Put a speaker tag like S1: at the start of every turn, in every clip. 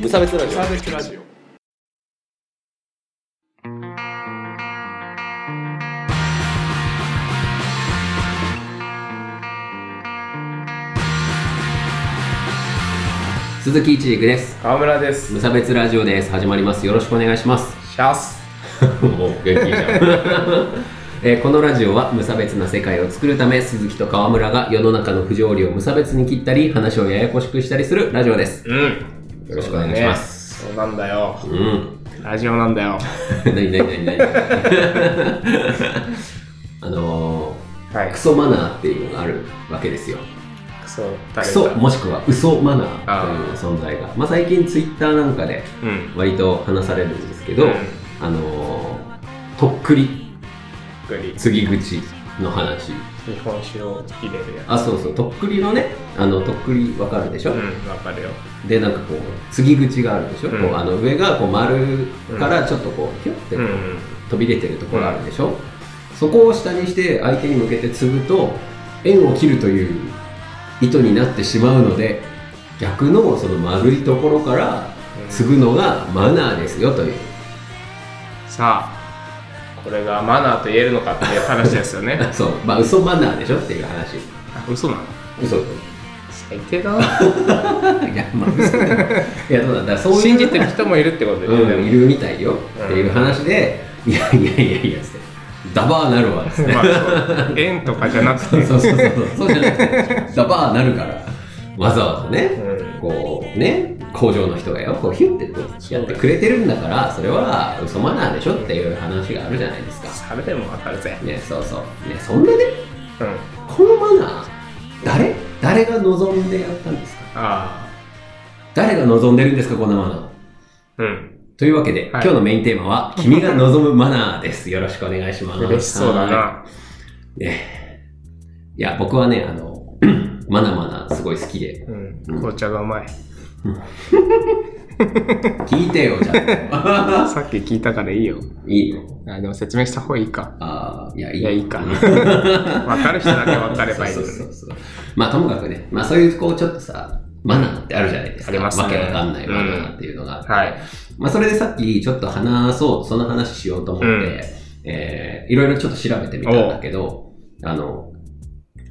S1: 無差別ラジオ
S2: サーベスラジオ
S3: 鈴木一陸です
S2: 川村です
S3: 無差別ラジオです始まりますよろしくお願いします
S2: シャス
S3: もう元気じゃん えーこのラジオは無差別な世界を作るため鈴木と川村が世の中の不条理を無差別に切ったり話をややこしくしたりするラジオです
S2: うん
S3: よろしくお願いします
S2: そうなんだよ
S3: うん
S2: ラジオなんだよ
S3: 何何何何 あの
S2: は
S3: ー、
S2: い
S3: クソマナーっていうのがあるわけですよ
S2: クソ
S3: ク
S2: 誰
S3: ソ
S2: だ
S3: もしくは嘘マナーという存在がまあ、最近ツイッターなんかで
S2: うん
S3: 割と話されるんですけど、
S2: うん
S3: あのーとっくり
S2: グリ
S3: 継ぎ口の話
S2: 日本酒を入れるや
S3: あそうそうとっくりのねあのとっくりわかるでし
S2: つ
S3: ょ、
S2: うんわかるよ
S3: でなんかこう継ぎ口があるでしょ、
S2: うん
S3: こうあの上がこう丸からちょっとこうヒュッて
S2: う
S3: こうん飛び出てるところあるでしょ、そこを下にして相手に向けて継ぐと円を切るという意図になってしまうので逆のその丸いところから継ぐのがマナーですよという
S2: さあこれがマナーと言えるのかっていう話ですよね
S3: そうまあ嘘マナーでしょっていう話
S2: あ嘘なの
S3: 嘘 い
S2: 最低だな
S3: やまあ嘘だいやどうなんだからそういう
S2: 信じてる人もいるってことで
S3: うん、いるみたいよ、
S2: うん
S3: っていう話で「いやいやいやいや」つって「ダバーなるわ」つって
S2: まあそう縁とかじゃなく
S3: そう
S2: て
S3: そうそうそうそうじゃなくてダバーなるからわざわざね、
S2: うん
S3: こうね工場の人がよこうヒュッてこうやってくれてるんだからそれは嘘マナーでしょっていう話があるじゃないですか
S2: あれでもわかるぜ
S3: ねそうそうねそんなね
S2: うん
S3: このマナー誰誰が望んでやったんですか
S2: あ
S3: 誰が望んでるんですかこんなマナー
S2: あうん
S3: というわけで、今日のメインテーマは、君が望むマナーです。よろしくお願いします。
S2: 嬉しそうだ
S3: は。
S2: ない
S3: ねいや、僕はね、あの、 マナマナすごい好きで、
S2: うん紅茶がうまい
S3: 聞いてよ、じゃあ。
S2: さっき聞いたからいいよ
S3: いいの
S2: あでも説明した方がいいか
S3: ああ、いや、いい
S2: いやいい か
S3: う
S2: 分
S3: ん
S2: かる人だけ分かればいい
S3: そ
S2: の
S3: う
S2: ね
S3: そうそうそう。まあ、ともかくね、まあ、そういう、こう、ちょっとさ、マナーってあるじゃないですか。
S2: ありますね
S3: わけわかんないマナーっていうのがあって。
S2: はい
S3: まあ、それでさっきちょっと話そう、その話しようと思って、
S2: うん
S3: えーいろいろちょっと調べてみたんだけど、あの、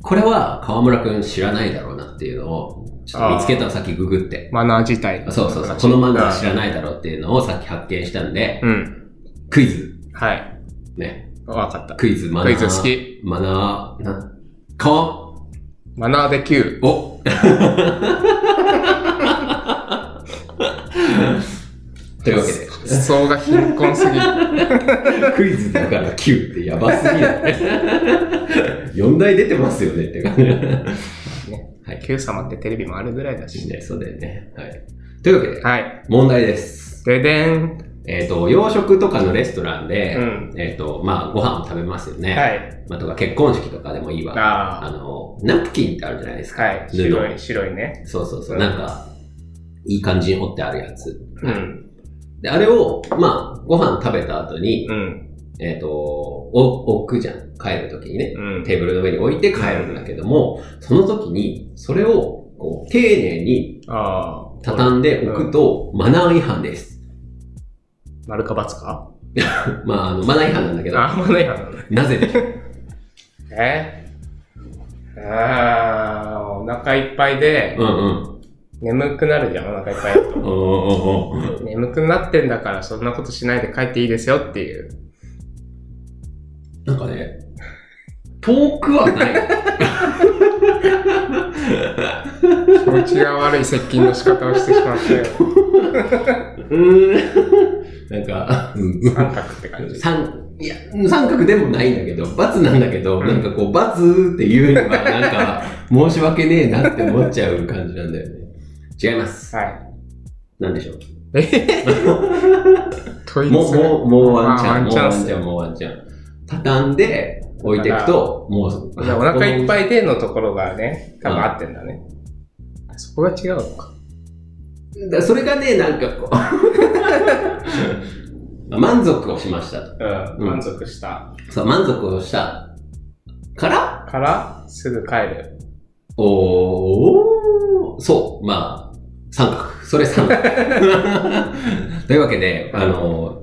S3: これは川村くん知らないだろうなっていうのを、ちょっと見つけたのさっきググって。
S2: マナー自体
S3: そうそうそう。このマナー知らないだろうっていうのをさっき発見したんで、
S2: うん
S3: クイズ。
S2: はい
S3: ね。
S2: 分かった
S3: クイズ、マ
S2: ク
S3: ナー。
S2: イズ好き
S3: マナー、な、川
S2: マナーで Q
S3: お というわけで。
S2: 思想が貧困すぎる
S3: クイズだから Q ってやばすぎない ?4 台出てますよねって感じ。はい
S2: Q 様ってテレビもあるぐらいだし
S3: ね、そうだよね。はい。というわけで、
S2: はい
S3: 問題です。
S2: ででん
S3: えっ、と、洋食とかのレストランで、
S2: うん
S3: えっ、と、まあ、ご飯を食べますよね。
S2: はい
S3: まあ、とか、結婚式とかでもいいわ。
S2: あ
S3: の、ナプキンってあるじゃないですか。
S2: はい
S3: 布
S2: 白い白いね
S3: そうそうそう。
S2: うん
S3: なんか、いい感じに折ってあるやつ。
S2: うん
S3: で、あれを、まあ、ご飯食べた後に、
S2: うん
S3: えっ、と、お置くじゃん。帰るときにね。
S2: うん
S3: テーブルの上に置いて帰るんだけども、その時に、それをこう丁寧に
S2: ああ
S3: 畳んでおくと、マナー違反です。
S2: 丸か×か
S3: まあ、あのマナー違反なんだけど、
S2: あマナー違反なの
S3: なぜで しょう
S2: えああ、お腹いっぱいで、
S3: うんうん。
S2: 眠くなるじゃん、お腹いっぱいだと。
S3: おーおーおー
S2: 眠くなってんだから、そんなことしないで帰っていいですよっていう。
S3: なんかね、遠くはない。
S2: 気持ちが悪い接近の仕方をしてしまって、
S3: うーん。 なんか、うん
S2: 三角って感じ。
S3: 三、いや、三角でもないんだけど、罰なんだけど、
S2: うん
S3: なんかこう、罰っていうには、なんか、 申し訳ねえなって思っちゃう感じなんだよね。違います。
S2: はい。
S3: なん でしょう
S2: 問い
S3: もう、
S2: 詰め
S3: もう、もうワンチャン、も
S2: あワン
S3: うワ
S2: チャン
S3: ン
S2: っす
S3: チャン、もうワンチャン。畳んで置いていくと、もう、
S2: お腹いっ
S3: い。
S2: ぱいでのところがね、多分合ってんだね。あそこが違うのか。
S3: だそれがね、なんか こう、満足をしましたと。
S2: う。
S3: うんん
S2: 満足した。
S3: そう、満足をしたから、
S2: から、すぐ帰る。
S3: おー、そう、まあ、三角。それ三 角。というわけで、あの、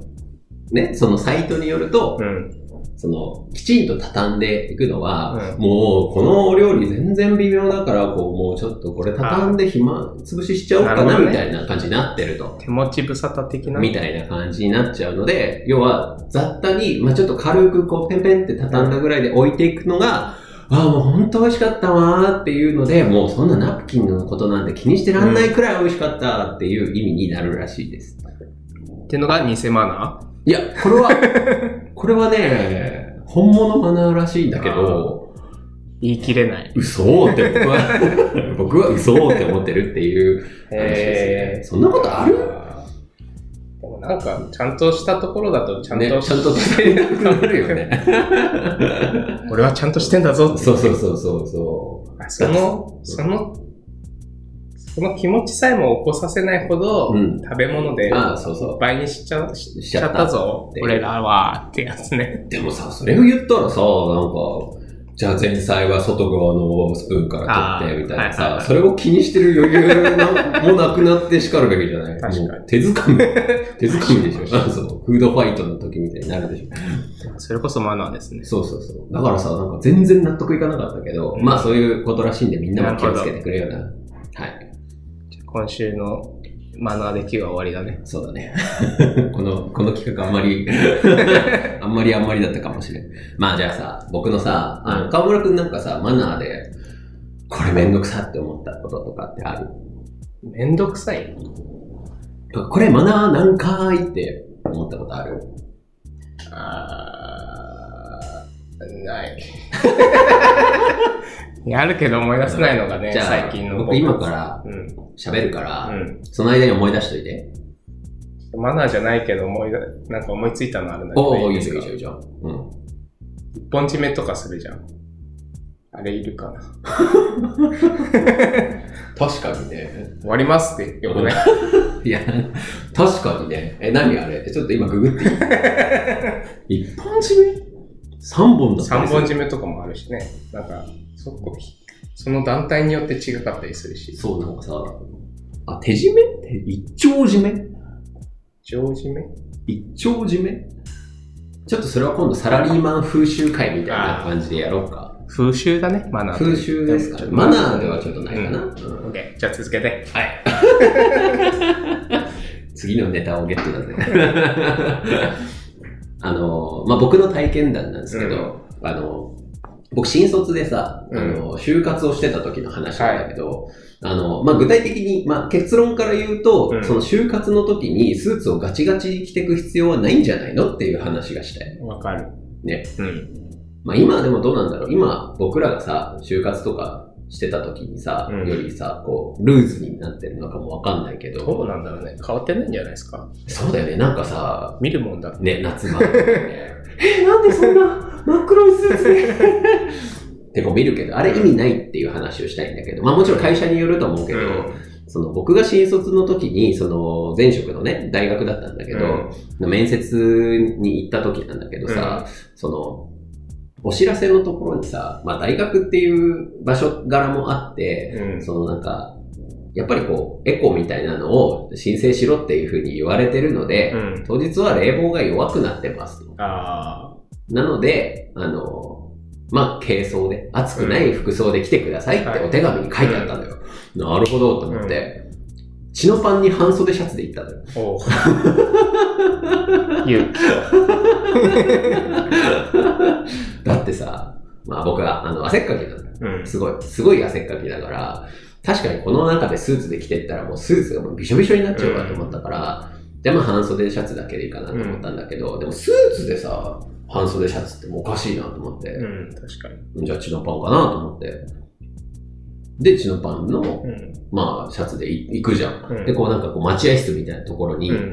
S3: ね、そのサイトによると、
S2: うん。
S3: その、きちんと畳んでいくのは、
S2: うん
S3: もう、このお料理全然微妙だから、こう、もうちょっとこれ畳んで暇、潰ししちゃおうか
S2: なる
S3: な、
S2: ほどね
S3: みたいな感じになってると。
S2: 手持ち無沙汰的な。
S3: みたいな感じになっちゃうので、要は雑多に、まあ、ちょっと軽くこうペンペンって畳んだぐらいで置いていくのが、ああ、もう本当美味しかったわーっていうので、もうそんなナプキンのことなんて気にしてらんないくらい美味しかったっていう意味になるらしいです。
S2: っていうのが偽マナ
S3: いや、これは、 これはね、本物マナーらしいんだけど、
S2: ー言い切れない。
S3: 嘘って僕 は、僕は嘘って思ってるっていう話ですね。そんなことある
S2: でもなんか、ちゃんとしたところだと、ちゃんと、
S3: ねちゃんと伝えなくなるよね。
S2: 俺はちゃんとしてんだぞって。
S3: そうそうそうそうそう。
S2: その、その、その気持ちさえも起こさせないほど、
S3: うん
S2: 食べ物でいっ
S3: ああ、そうそう。
S2: ぱいにしちゃし
S3: し
S2: し
S3: ち
S2: ち
S3: ゃ
S2: ゃ
S3: っ
S2: ったたぞ、俺らは、ってやつね。
S3: でもさ、それを言ったらさ、なんか、じゃあ前菜は外側のスプーンから取ってみたいな
S2: あー
S3: さ、
S2: はいはいはい
S3: それを気にしてる余裕なもうなくなってしかるべきじゃない
S2: 確かに
S3: もう手 づかみ、手づかみでしょそう。フードファイトの時みたいになるでしょ。
S2: それこそマナーですね。
S3: そうそうそう。だからさ、なんか全然納得いかなかったけど、
S2: うん
S3: まあそういうことらしいんでみんなも気をつけてくれよな。はい。
S2: じゃあ今週のマナーで Q は終わりだね。
S3: そうだね。 この、この企画あん まり、あんまりあんまりだったかもしれん。まあじゃあさ、僕のさ、あの、河村くんなんかさ、マナーで、これめんどくさって思ったこととかってある
S2: めんどくさい。
S3: これマナーなんかーいって思ったことある
S2: あーない。い やあるけど思い出せないのがね、
S3: じゃあ
S2: 最近の
S3: 僕今から
S2: うん。
S3: 喋るから、
S2: うん。
S3: その間に思い出しといて。
S2: マナーじゃないけど思い出、なんか思いついたのあるんだけど。
S3: おお、いい
S2: で
S3: じ
S2: す
S3: ゃん、
S2: か
S3: いいじゃん、いいじゃん。うん。
S2: 一本締めとかするじゃん。あれいるかな。
S3: 確かにね。
S2: 終わりますってよくない。
S3: いや、確かにね。え、何あれちょっと今ググってい い一本締め ?3 本だった
S2: 三
S3: りする
S2: 本締めとかもあるしね。なんか、そこ、その団体によって違かったりするし。
S3: そう、なんかさ、あ、手締め手一丁締め
S2: 上締め
S3: 一丁締めちょっとそれは今度サラリーマン風習会みたいな感じでやろうか。
S2: 風習だね、マナーという。
S3: 風習ですか
S2: ちょっ。
S3: ね
S2: と
S3: マナーではちょっとないかな。
S2: う
S3: うんん
S2: オッケー、じゃあ続けて。
S3: はい。 次のネタをゲットだぜ。 あの、まあ、僕の体験談なんですけど、あの、僕新卒でさ、あの、就活をしてた時の話なんだけど、あの、まあ、具体的に、まあ、結論から言うと、
S2: うん
S3: その就活の時にスーツをガチガチに着てく必要はないんじゃないのっていう話がしたい。
S2: わかる。
S3: ね。
S2: うん。
S3: まあ、今でもどうなんだろう今、僕らがさ、就活とかしてた時にさ、
S2: うん
S3: よりさ、こう、ルーズになってるのかもわかんないけど、
S2: どうなんだろうね。変わってないんじゃないですか。
S3: そうだよね、なんかさ、
S2: 見るもんだ。
S3: ね、夏場、 ね、え、なんでそんな真っ黒いスーツでってこう見るけど、あれ意味ないっていう話をしたいんだけど、まあもちろん会社によると思うけど、その僕が新卒の時に、その前職のね、大学だったんだけど、面接に行った時なんだけどさ、その、お知らせのところにさ、まあ大学っていう場所柄もあって、
S2: うん
S3: そのなんか、やっぱりこう、エコみたいなのを申請しろっていうふうに言われてるので、
S2: うん。
S3: 当日は冷房が弱くなってますと。
S2: あ
S3: なので、あの、まあ、軽装で、暑くない服装で来てくださいってお手紙に書いてあったのよ。なるほどと思って、チノパンに半袖シャツで行ったのよ。
S2: あ。おう。勇気。
S3: だってさ、まあ僕は、あの、汗っかきなのよ。
S2: うん。
S3: すごい、すごい汗っかきだから、確かにこの中でスーツで着てったらもうスーツがもうびしょびしょになっちゃうかと思ったから、で、まあ半袖シャツだけでいいかなと思ったんだけど、でもスーツでさ、半袖シャツってもうおかしいなと思って、
S2: うん、確かに。
S3: じゃあチノパンかなと思って。で、チノパンの、
S2: うん。
S3: まあ、シャツでい行くじゃん。
S2: うん
S3: で、こうなんかこう待合室みたいなところに
S2: うん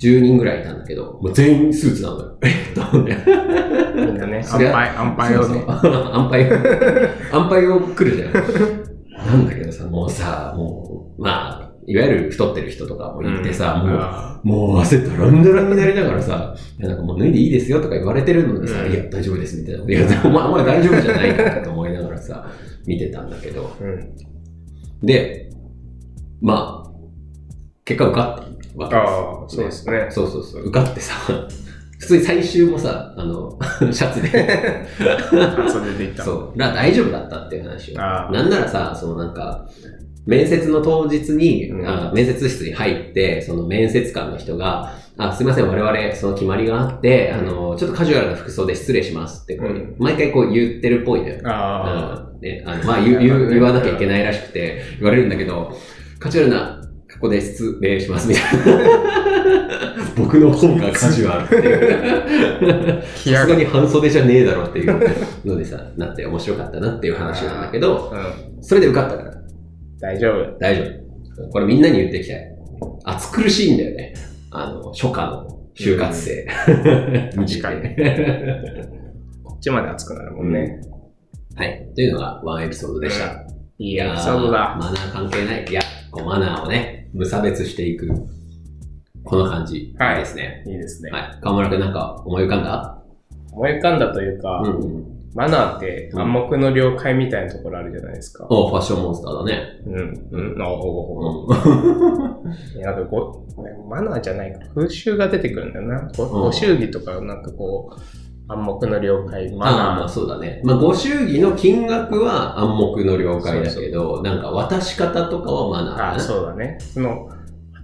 S3: 10人ぐらいいたんだけど、もう全員スーツなのよ。えっと思って、
S2: みんなね、
S3: そ
S2: 安
S3: りゃ
S2: 牌、安牌をね。
S3: そう そう 安牌を、安牌を来るじゃん。なんだけどさ、もうさ、もう、まあ、いわゆる太ってる人とかもいてさ、もう、
S2: あ
S3: もう汗だらんだらになりながらさ、いやなんかもう脱いでいいですよとか言われてるのにさ、
S2: うん
S3: いや、大丈夫ですみたいなこと言われて、お前、お前大丈夫じゃないかと思いながらさ、見てたんだけど。
S2: ーうん。
S3: で、まあ、結果受かっているわけです。
S2: ああ、そうですね。
S3: そうそうそう、受かってさ、 普通に最終もさ、あの、 シャツで、
S2: それでいった。
S3: そう、ら大丈夫だったっていう話を。
S2: ああ
S3: なんならさ、そのなんか、面接の当日に、
S2: うん
S3: あ面接室に入って、その面接官の人が、あ、すいません、我々、その決まりがあって、あの、ちょっとカジュアルな服装で失礼しますってこう、
S2: うん
S3: 毎回こう言ってるっぽいのよ。
S2: あ
S3: うんね、あのまあ言う言う言わなきゃいけないらしくて、言われるんだけど、カジュアルな格好で失礼しますみたいな。 僕の方がカジュアルっていう。
S2: あ、気
S3: さ
S2: 合
S3: す
S2: が
S3: が。に半袖じゃねえだろっていうのでさ、なって面白かったなっていう話なんだけど、
S2: うん。
S3: それで受かったから
S2: 大丈夫。
S3: 大丈夫。これみんなに言っていきたい。暑苦しいんだよね。あの、初夏の就活生。
S2: 確か に。こっちまで熱くなるもんね。
S3: はい。というのがワンエピソードでした。
S2: い
S3: い
S2: い
S3: や
S2: エ
S3: ー
S2: ピソードだ。
S3: マナー関係ない。いや、こうマナーをね、無差別していく。この感じ。
S2: はい
S3: ですね。
S2: いいですね。
S3: はい。河村くんなんか思い浮かんだ
S2: 思い浮かんだというか、
S3: うんうん。
S2: マナーって暗黙の了解みたいなところあるじゃないですか。
S3: おファッションモンスターだね。
S2: うん。うん。あほぼほぼ。
S3: うん。
S2: いやなんかご、マナーじゃないか。風習が出てくるんだよな。ご
S3: うん
S2: ご祝儀とか、なんかこう、暗黙の了解、 マ
S3: まあ ま
S2: ナ
S3: あ
S2: ー。
S3: そうだね。まあご祝儀の金額は暗黙の了解だけど、なんか渡し方とかはマナー
S2: あ
S3: だ
S2: あ、
S3: ね。
S2: そうだね。その、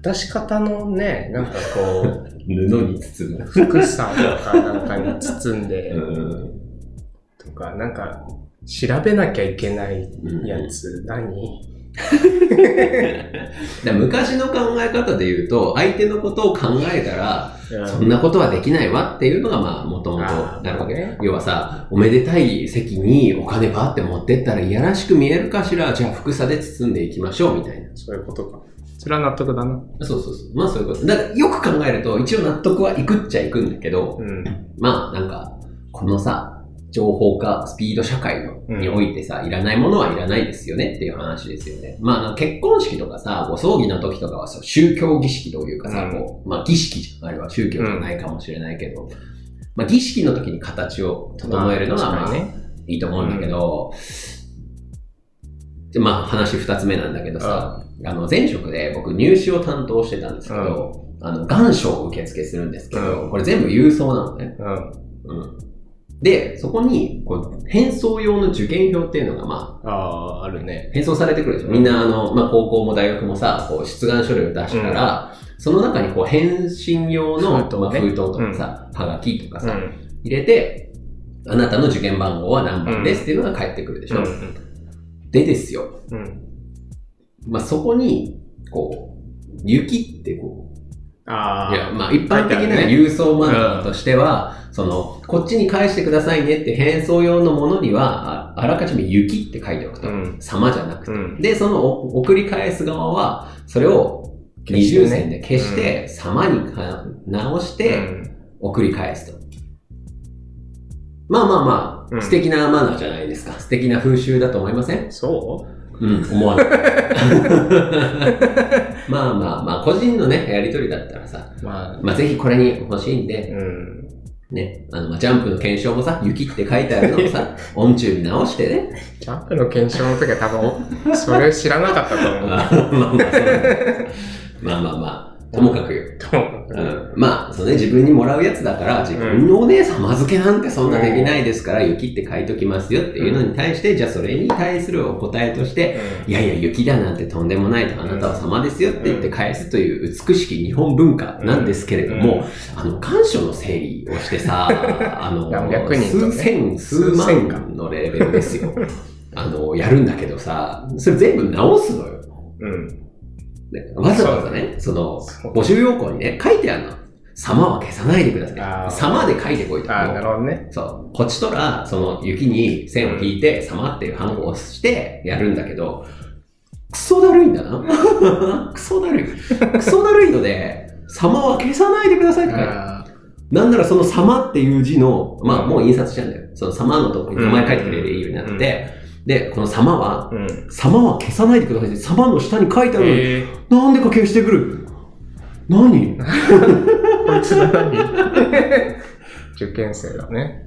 S2: 渡し方のね、なんかこう、
S3: 布に包む。
S2: 福さんとかなんかに包んで、
S3: うん。
S2: とか、なんか、調べなきゃいけない
S3: うん
S2: やつ、何
S3: だから昔の考え方で言うと、相手のことを考えたら、
S2: うん
S3: そんなことはできないわっていうのが、まあ、もともと
S2: あー
S3: なるわけ
S2: なるほどね
S3: 要はさ、おめでたい席にお金ばーって持ってったらいやらしく見えるかしら、じゃあ、福さで包んでいきましょう、みたいな。
S2: そういうことか。それは納得だな。
S3: そうそうそう。まあ、そういうこと。だから、よく考えると、一応納得はいくっちゃいくんだけど、
S2: うん。
S3: まあ、なんか、このさ、情報化、スピード社会の
S2: うん
S3: においてさ、いらないものはいらないですよねっていう話ですよね。まあ、なんか結婚式とかさ、ご葬儀の時とかはさ、宗教儀式というかさ、
S2: うん
S3: こうまあ、儀式じゃん。あれは宗教じゃないかもしれないけど、まあ、儀式の時に形を整えるのが、
S2: まあ
S3: ま
S2: 確
S3: あ
S2: かにね。
S3: いいと思うんだけど、でまあ話二つ目なんだけどさ、あの前職で僕入試を担当してたんですけど、あの願書を受付するんですけど、
S2: うん
S3: これ全部郵送なのね。
S2: うん。
S3: うん、で、そこにこう返送用の受験票っていうのがまあ、
S2: ああ、あるね。
S3: 返送されてくるでしょ。みんなあの、まあ、高校も大学もさ、こう出願書類を出したら、その中にこう返信用の
S2: 封筒ね
S3: まあ封筒とかさ、はがきとか
S2: う
S3: さ、
S2: ん。
S3: 入れて、あなたの受験番号は何番ですっていうのが返ってくるでしょ。
S2: うん。
S3: でですよ、
S2: うん。
S3: まあ、そこに、こう、雪ってこう、
S2: ああ。
S3: いや、まあ、一般的
S2: 書いて
S3: な
S2: あるね
S3: 郵送マナーとしては、その、こっちに返してくださいねって返送用のものには、ああらかじめ雪って書いておくと。
S2: うん。
S3: 様じゃなくて。
S2: うん。
S3: で、そのお送り返す側は、それを二重線で消して、様にか直して、送り返すと。まあまあま
S2: う
S3: あ、
S2: ん
S3: 素敵なマナーじゃないですか。素敵な風習だと思いません
S2: うん、そう
S3: うん、思 わない。まあまあまあ、個人のね、やりとりだったらさ、
S2: まあ、
S3: まあぜひこれに欲しいんで、
S2: うん。
S3: ね、あの、まあジャンプの検証もさ、雪って書いてあるのも さ、音中に直して ね。
S2: ジャンプの検証の時は多 分、それ知らなかったと
S3: まあ
S2: 思う。
S3: まあまあそうまあまあまあ、ともかく、
S2: と思う
S3: う。ん、まあ、そのね、自分にもらうやつだから、自分のお姉様付けなんてそんなできないですから、雪って書いときますよっていうのに対して、じゃあそれに対するお答えとして、いやいや、雪だなんてとんでもないと、あなたは様ですよって言って返すという美しき日本文化なんですけれども、あの、感謝の整理をして さ、あの、
S2: 何百人とね
S3: 数千、数
S2: 数千か
S3: 万のレベルです よ。あの、やるんだけどさ、それ全部直すのよ。
S2: うん。うん。
S3: ねわざわざね、そ
S2: そ
S3: の、
S2: う
S3: 募集要項にね、書いてあるの。様は消さないでくだ
S2: あ
S3: さ
S2: ー
S3: い。様で書いてこいと。
S2: ああ、なるほどね。
S3: そう。こっちとら、その雪に線を引いて、様っていう反応を押してやるんだけど、クソだるいんだな。 クソだるい。クソだるいので、様は消さないでくださいって書いてある
S2: あ
S3: なんならその様っていう字の、まあもう印刷したんだよ。その様のとこに名前書いてくれるようになってて、で、この様は
S2: あ、、うん。
S3: 様は消さないでくださいって、様の下に書いてあるのに、
S2: ええ
S3: なんでか消してくる。
S2: ー、
S3: 何
S2: こいつら何 受験生だね。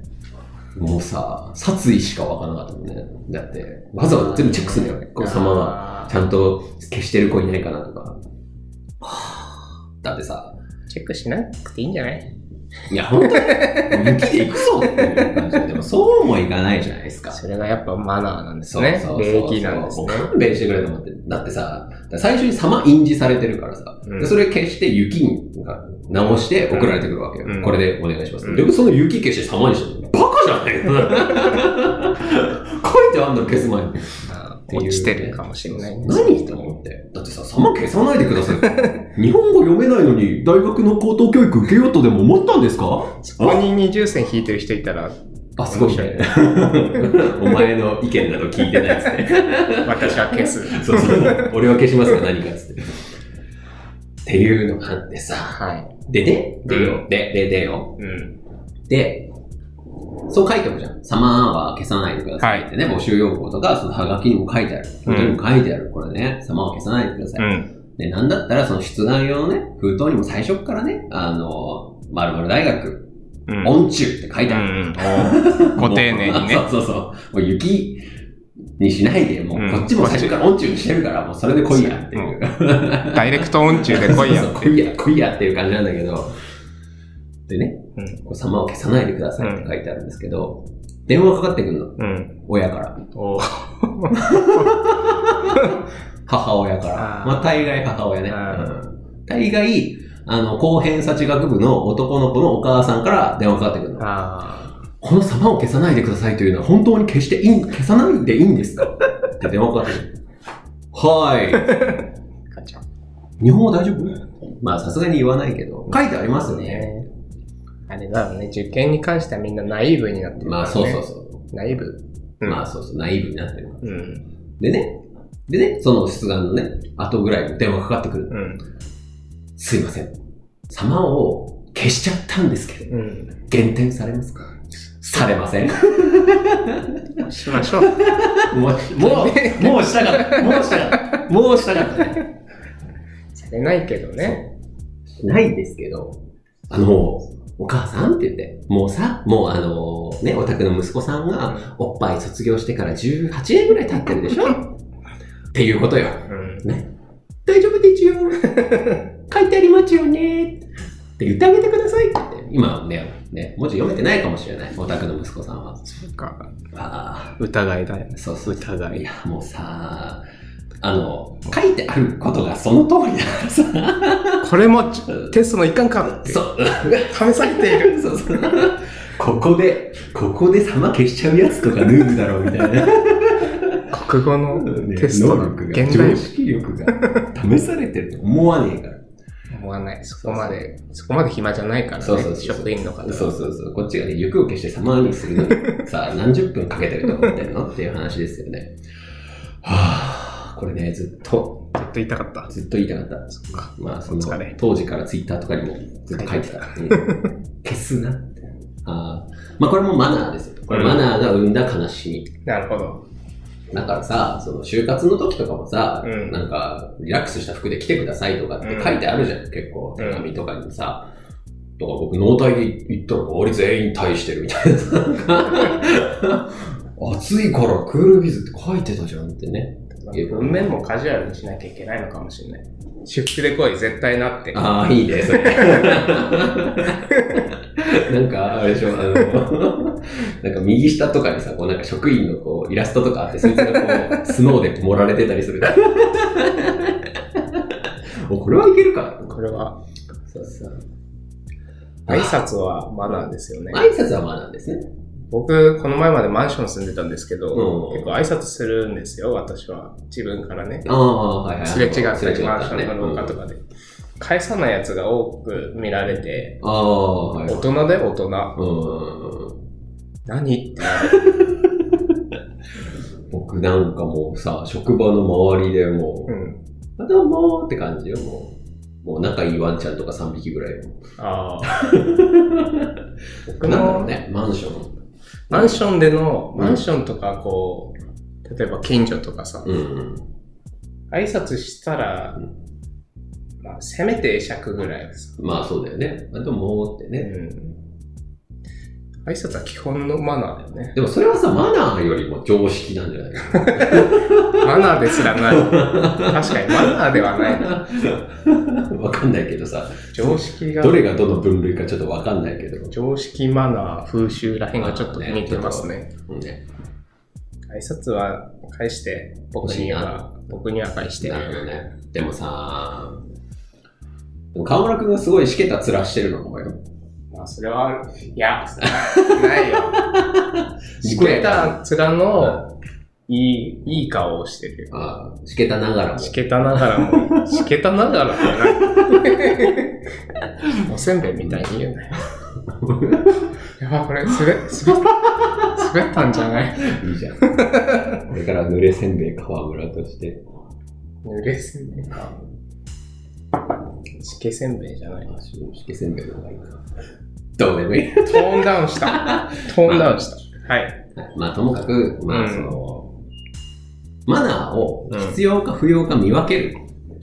S3: もうさ、殺意しかわからなかったもんね。だって、わざわざ全部チェックするんだよね。この様は。
S2: は。
S3: ちゃんと消してる子いないかなとか。はだってさ、
S2: チェックしなくていいんじゃない
S3: いや、 本当に、雪で行くぞっていう感じで、でもそうもいかないじゃないですか。
S2: それがやっぱマナーなんです
S3: そう
S2: ね
S3: そ。うそう
S2: 礼儀なんです
S3: もう
S2: ね。
S3: 勘弁してくれと思って。だってさ、最初に様印字されてるからさ、
S2: うん
S3: でそれ消して雪に直して送られてくるわけよ。
S2: うん
S3: これでお願いします。
S2: うん
S3: で、その雪消して様にしてる、バカじゃねえよ 書いてあんだろ、消す前に。
S2: あー落ちてるかもしれないです
S3: 何と思って。だってさ、様消さないでください。 日本語読めないのに、大学の高等教育受けようとでも思ったんですか
S2: そこに二重線引いてる人いたら、
S3: あ、すごいね。 お前の意見など聞いてないですね。
S2: 私は消す。
S3: そうそう。俺は消しますが何かっつって。っていうのがあってさ。
S2: はい。
S3: でね、で
S2: う
S3: よ、で、で、でよ。
S2: うん。
S3: で、そう書いておくじゃん。サマーは消さないでくださいってね、募集要項とか、そのハガキにも書いてある。
S2: うん
S3: にも書いてある。これね、サマーは消さないでください。
S2: うん。
S3: で、なんだったら、その出願用のね、封筒にも最初っからね、あの、〇〇大学、
S2: うん。
S3: 音中って書いてある。
S2: うんうんご丁寧にね。
S3: そうそうそう。もう雪にしないで、もうこっちも最初から音中にしてるから、もうそれで来いやっていう。
S2: ダイレクト音中で来いや
S3: そう
S2: っ
S3: そう
S2: て。
S3: 来いや、来いやっていう感じなんだけど、でね、
S2: うん
S3: こう様を消さないでくださいって書いてあるんですけど、電話かかってくるの。
S2: うん。
S3: 親から。
S2: おー
S3: 母親から。
S2: あー
S3: まあ、大概母親ね。
S2: あー
S3: うん大概、あの、高偏差値学部の男の子のお母さんから電話かかってくるの。
S2: あ
S3: この様を消さないでくださいというのは本当に消していい、消さないでいいんですかって電話かかってくる。は
S2: ーガチャ
S3: い。日本語大丈夫まあ、さすがに言わないけど、書いてありますよね。
S2: ねあれだろうね、受験に関してはみんなナイーブになってるから、
S3: ま
S2: ね。
S3: あ、そうそうそう。
S2: ナイーブ。うん
S3: まあそうそう、ナイーブになってる。
S2: うん。
S3: でね、でね、その出願のね、後ぐらいに電話かかってくる。
S2: うん。
S3: すいません。様を消しちゃったんですけど、
S2: うん。
S3: 減点されますかされません。
S2: しまし ょう。
S3: もう、もう、もうしたかった。もうしたかった。もうしたかったね。
S2: されないけどね。
S3: そうないんですけど、あの、お母さんって言って、もうさ、もうあの、ね、お宅の息子さんが、おっぱい卒業してから18年ぐらい経ってるでしょっていうことよ。
S2: うん。
S3: 大丈夫ですよ書いてありますよねって言ってあげてくださいって今ねね文字読めてないかもしれないお宅の息子さんは
S2: そうか。
S3: あ
S2: 疑いだよね
S3: あ。そうそう
S2: 疑
S3: い
S2: い。
S3: やもうさあの書いてあることがその通りだからさ
S2: これもちテストの一環かって。
S3: そう
S2: 試されている。
S3: そうそう ここでここで様消しちゃうやつとか脱ぐだろうみたい な、
S2: 国語のテスト
S3: 能
S2: の
S3: 力が
S2: 現代
S3: 常
S2: を
S3: 識力が試されてると思わねえから
S2: 思わない。そこまで、そこまで暇じゃないからね。
S3: そうそうそう
S2: 職員の方は
S3: そうそうそう。こっちがね、欲を消して様にするのに、 さあ、何十分かけてると思ってんのっていう話ですよね。はあ、これね、ずっと、
S2: ずっと言いたかった。
S3: ずっと言いたかった。
S2: そっか。
S3: まあ、その
S2: お疲れ、
S3: 当時からツイッターとかにもずっと書いてた。うん消すなって。ああまあ、これもマナーですよ。これマナーが生んだ悲しみ。
S2: なるほど。
S3: だからさ、その就活の時とかもさ、
S2: うん
S3: なんか、リラックスした服で来てくださいとかって書いてあるじゃん、結構、
S2: うん
S3: 手紙とかにさ。だから僕、納体で行ったら周り全員退してるみたいなさ。なん か暑いからクールビズって書いてたじゃんってね。
S2: 文面もカジュアルにしなきゃいけないのかもしれない。私服で来い、絶対なって。
S3: ああ、いいね、 それ。なんか、あれでしょ、あの、 なんか右下とかにさ、こうなんか職員のこうイラストとかあって、そいつがこう、スノーで盛られてたりす る。お、これはいけるか。
S2: これは、
S3: そうそう。
S2: 挨拶はマナーですよね。
S3: 挨拶はまあなんですね。
S2: 僕、この前までマンション住んでたんですけど、
S3: うん
S2: 結構挨拶するんですよ、私は。自分からね。
S3: ああ、はいはい。
S2: すれ違った
S3: すれ違
S2: り、マン
S3: っ
S2: シ
S3: た
S2: ョ
S3: ね。
S2: ンの廊下と
S3: うん
S2: かで。返さないやつが多く見られて、
S3: ああ、はい。
S2: 大人だよ、大人。
S3: うん。
S2: 何って
S3: 僕なんかもうさ、職場の周りでもう、
S2: うん。
S3: あどうもーって感じよ、もう。もう仲いいワンちゃんとか3匹ぐらいよ。
S2: ああ。僕
S3: なんだろう
S2: の、
S3: ね、マンション。
S2: マンションでの、
S3: うん
S2: マンションとか、こう、例えば近所とかさ、
S3: うんうん。
S2: 挨拶したら
S3: う、
S2: まあ、せめて会釈ぐらいはさ、
S3: まあそうだよね。あともうって
S2: う
S3: ね。
S2: ん。挨拶は基本のマナーだよね。
S3: でもそれはさ、マナーよりも常識なんじゃないかな。
S2: マナーですらない。確かにマナーではないな。
S3: わかんないけどさ、
S2: 常識が、
S3: どれがどの分類かちょっとわかんないけど。
S2: 常識、マナー、風習らへんがちょっと似てますね。
S3: うんね、
S2: 挨拶は返して、僕には、僕には返して。
S3: なるほどね。でもさ、でも川村くんがすごいしけた面してるのもよ。
S2: まあ、それはある、いや、ないよ。 しけた面の、いい、いい顔をしてるよ。
S3: ああしけたながらも。
S2: しけたながら も、しけたながらもない。おせんべいみたいに言うね。やばい、これ、滑、滑った、滑ったんじゃない
S3: いいじゃ ん。これから濡れせんべい川村として。
S2: 濡れせんべいか。しけせんべいじゃない。
S3: しけせんべいの方がいいな。どうで もいい。
S2: トーンダウンした。トーンダウンした。はい。
S3: まあ、ともかく、ま
S2: う
S3: あ、
S2: ん
S3: その、マナーを必要か不要か見分ける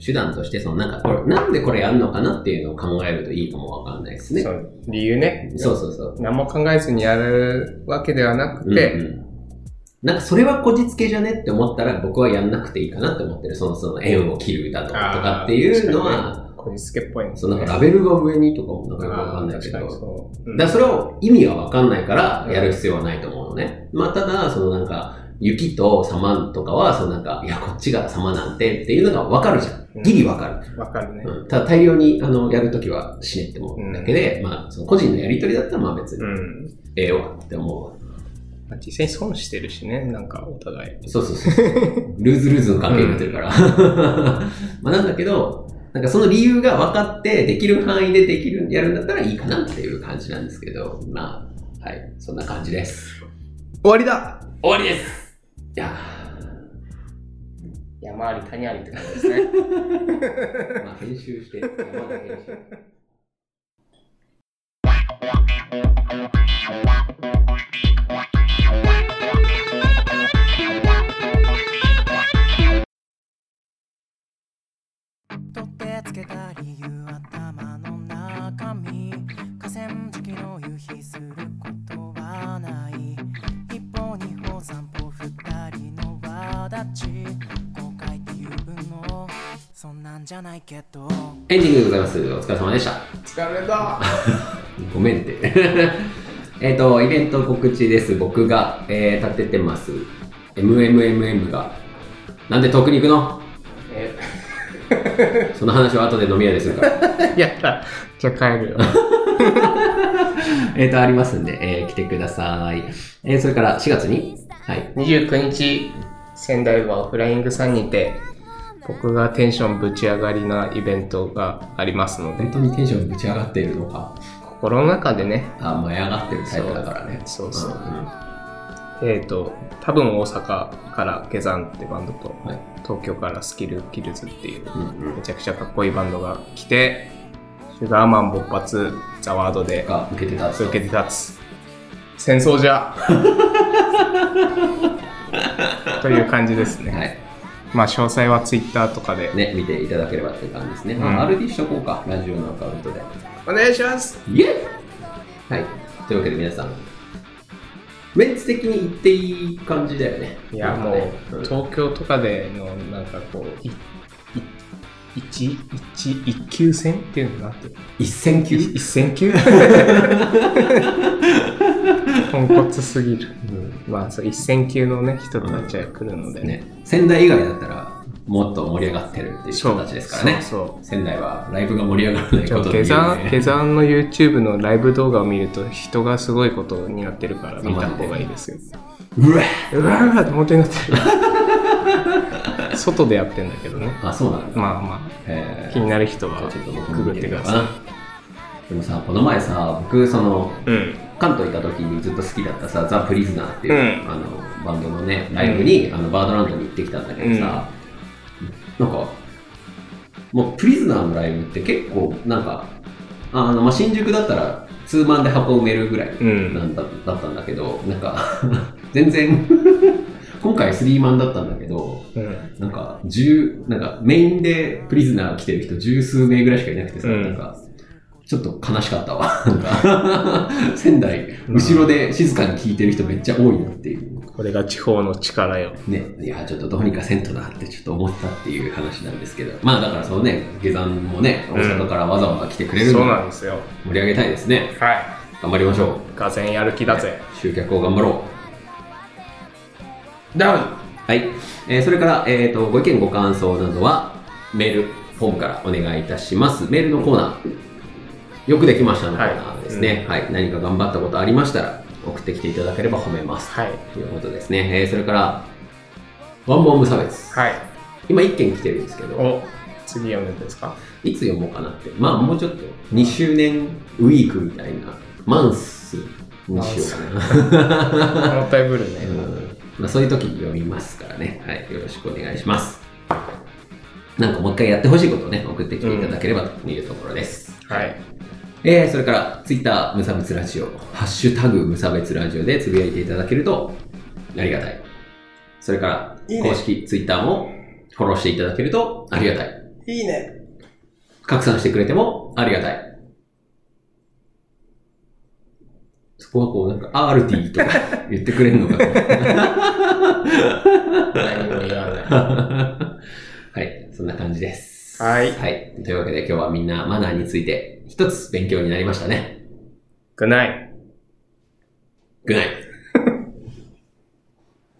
S3: 手段として、その、なんか、これ、なんでこれやるのかなっていうのを考えるといいかもわかんないですね
S2: そ。の理由ね。
S3: そうそうそう。
S2: 何も考えずにやるわけではなく
S3: で、
S2: て、
S3: うんなんかそれはこじつけじゃねって思ったら僕はやんなくていいかなって思ってる。その、その縁を切る歌とかとかっていうの
S2: あー
S3: は、
S2: こじつけっぽいんです
S3: その
S2: ね。
S3: なんかラベルが上にとかもなんかよくわか
S2: あ
S3: ん
S2: ー
S3: ないけ
S2: 確かに
S3: ど、だか
S2: そう。うん
S3: らそれを意味がわかんないからやる必要はないと思うのね。まあただ、そのなんか、雪と様とかは、そのなんか、いや、こっちが様なんてっていうのがわかるじゃ。
S2: うんん
S3: ギリわかる。
S2: わかるね。
S3: うん、ただ大量にあのやるときは死ねって思うだけで、まあその個人のやりとりだったらまあ別
S2: う
S3: に
S2: ん。
S3: ええわって思うわ
S2: まあ実際に損してるしね、なんかお互い。
S3: そうそうそう。 ルーズルーズの関係になってるから。 まあなんだけど、なんかその理由が分かって、できる範囲でできる、やるんだったらいいかなっていう感じなんですけど、まあ、はい、そんな感じです。
S2: 終わりだ
S3: 終わりですいや
S2: 山あり谷ありって感じですね。
S3: ー、まあ編集して、まだ編集。
S1: 取ってつけた理由頭の中身河川敷の夕日することはない一歩二歩三歩二人の輪立ち後悔っていう分もそんなんじゃないけど
S3: エンディングでございます。お疲れ様でした。
S2: 疲れた
S3: ごめんって。 えっと、イベント告知です。僕が、えー、立ててます。MMMM が。なんで遠くに行くの
S2: え
S3: その話は後で飲み屋でするから。
S2: やった。じゃあ帰るよ。
S3: えー、と、ありますんで、えー来てください。えーそれから4月に、はい。
S2: 29日、仙台はフライングさんにて、僕がテンションぶち上がりなイベントがありますので、
S3: 当にテンションぶち上がっているのか。
S2: 心の中でね、
S3: あ、舞い上がってるタイプだからね。
S2: そうそうそうん
S3: んは
S2: えー、と、多分大阪から下山ってバンドと、
S3: い。
S2: 東京からスキルキルズっていう、
S3: うんうん。
S2: めちゃくちゃかっこいいバンドが来て、シュガーマン勃発、ザワードで
S3: が受けてた。
S2: 続けて立つ。戦争じゃ という感じですね。
S3: はい。
S2: まあ、詳細はツイッターとかで。
S3: ね、見ていただければって感じですね。
S2: ん
S3: まあ RD しとこうか。ラジオのアカウントで。
S2: お願いします
S3: イエイはい。というわけで皆さん、メンツ的に言っていい感じだよね。
S2: いや、も
S3: なんか
S2: う、
S3: ね
S2: 東京とかでの、なんかこう、いい一、一、一級戦っていうのなんていうの
S3: 一戦級
S2: 一戦 級ポンコツすぎる、まあそう一戦級のね人たちが来るのでね、
S3: ね、仙台以外だったらもっと盛り上がってるっていう人たちですからね
S2: そう
S3: 仙台はライブが盛り上がらない
S2: そう
S3: こと
S2: 下
S3: で有
S2: 山
S3: 名
S2: 下山の YouTube のライブ動画を見ると人がすごいことになってるから見た方がいいですよ
S3: うわ
S2: うわうわって本当に なってる外でやってんだけどね
S3: あそうなんだ、
S2: まあま
S3: え
S2: あ気
S3: ー
S2: になる人は
S3: ちょっと僕
S2: く
S3: も
S2: ぐ
S3: 見
S2: ってて
S3: み
S2: く
S3: よう
S2: だ
S3: か
S2: さ
S3: なでもさこの前さ僕その
S2: いうん
S3: 関東行った時にずっと好きだったさザ・プリズナーっていう、
S2: うん
S3: あのバンドのねライブに、あのバードランドに行ってきたんだけどさ、なんかもうプリズナーのライブって結構なんかあの、まあ、新宿だったらツーマンで箱埋めるぐらい
S2: うん
S3: なんだだったんだけど、なんか、 全然、 今回スリーマンだったんだけど、
S2: うん
S3: なんか、十、なんかメインでプリズナー来てる人十数名ぐらいしかいなくてさ、
S2: うん
S3: なんか、ちょっと悲しかったわ。 なんか 仙台、後ろで静かに聞いてる人めっちゃ多いなっていう。
S2: これが地方の力よ。
S3: ね、いや、ちょっとどうにかせんとなってちょっと思ったっていう話なんですけど。まあだからそのね、下山もね、大阪からわざわざ来てくれる
S2: そ
S3: の
S2: う
S3: で
S2: なんですよ。
S3: 盛り上げたいですね。
S2: はい。
S3: 頑張りましょ
S2: がぜんやる気だぜ。
S3: う。集客を頑張ろう。
S2: ダウン
S3: はい、えーそれから、えー、とご意見ご感想などはメールフォームからお願いいたしますメールのコーナーよくできましたのコ
S2: はい
S3: ーナーですね、はい何か頑張ったことありましたら送ってきていただければ褒めます、
S2: はい。
S3: ということですね、えーそれからワンモーム差別、
S2: はい。
S3: 今1件来てるんですけど
S2: お、次読むんですか
S3: いつ読もうかなってまあもうちょっと2周年ウィークみたいなマンスにしようかな
S2: もったいぶるね。
S3: うんまあ、そういう時に読みますからね、はい、よろしくお願いしますなんかもう一回やってほしいことをね送ってきていただければというところです、
S2: はい。
S3: えーそれからツイッター無差別ラジオ「ハッシュタグ無差別ラジオ」でつぶやいていただけるとありがたいそれから
S1: いいね
S3: 公式ツイッターもフォローしていただけるとありがたい
S1: いいね
S3: 拡散してくれてもありがたいそこはこうなんか RT とか言ってくれるのかと思った
S2: 何も言わない。
S3: はい、そんな感じです。
S2: はい
S3: はい。というわけで今日はみんなマナーについて一つ勉強になりましたね。
S2: Good night.
S3: グナイ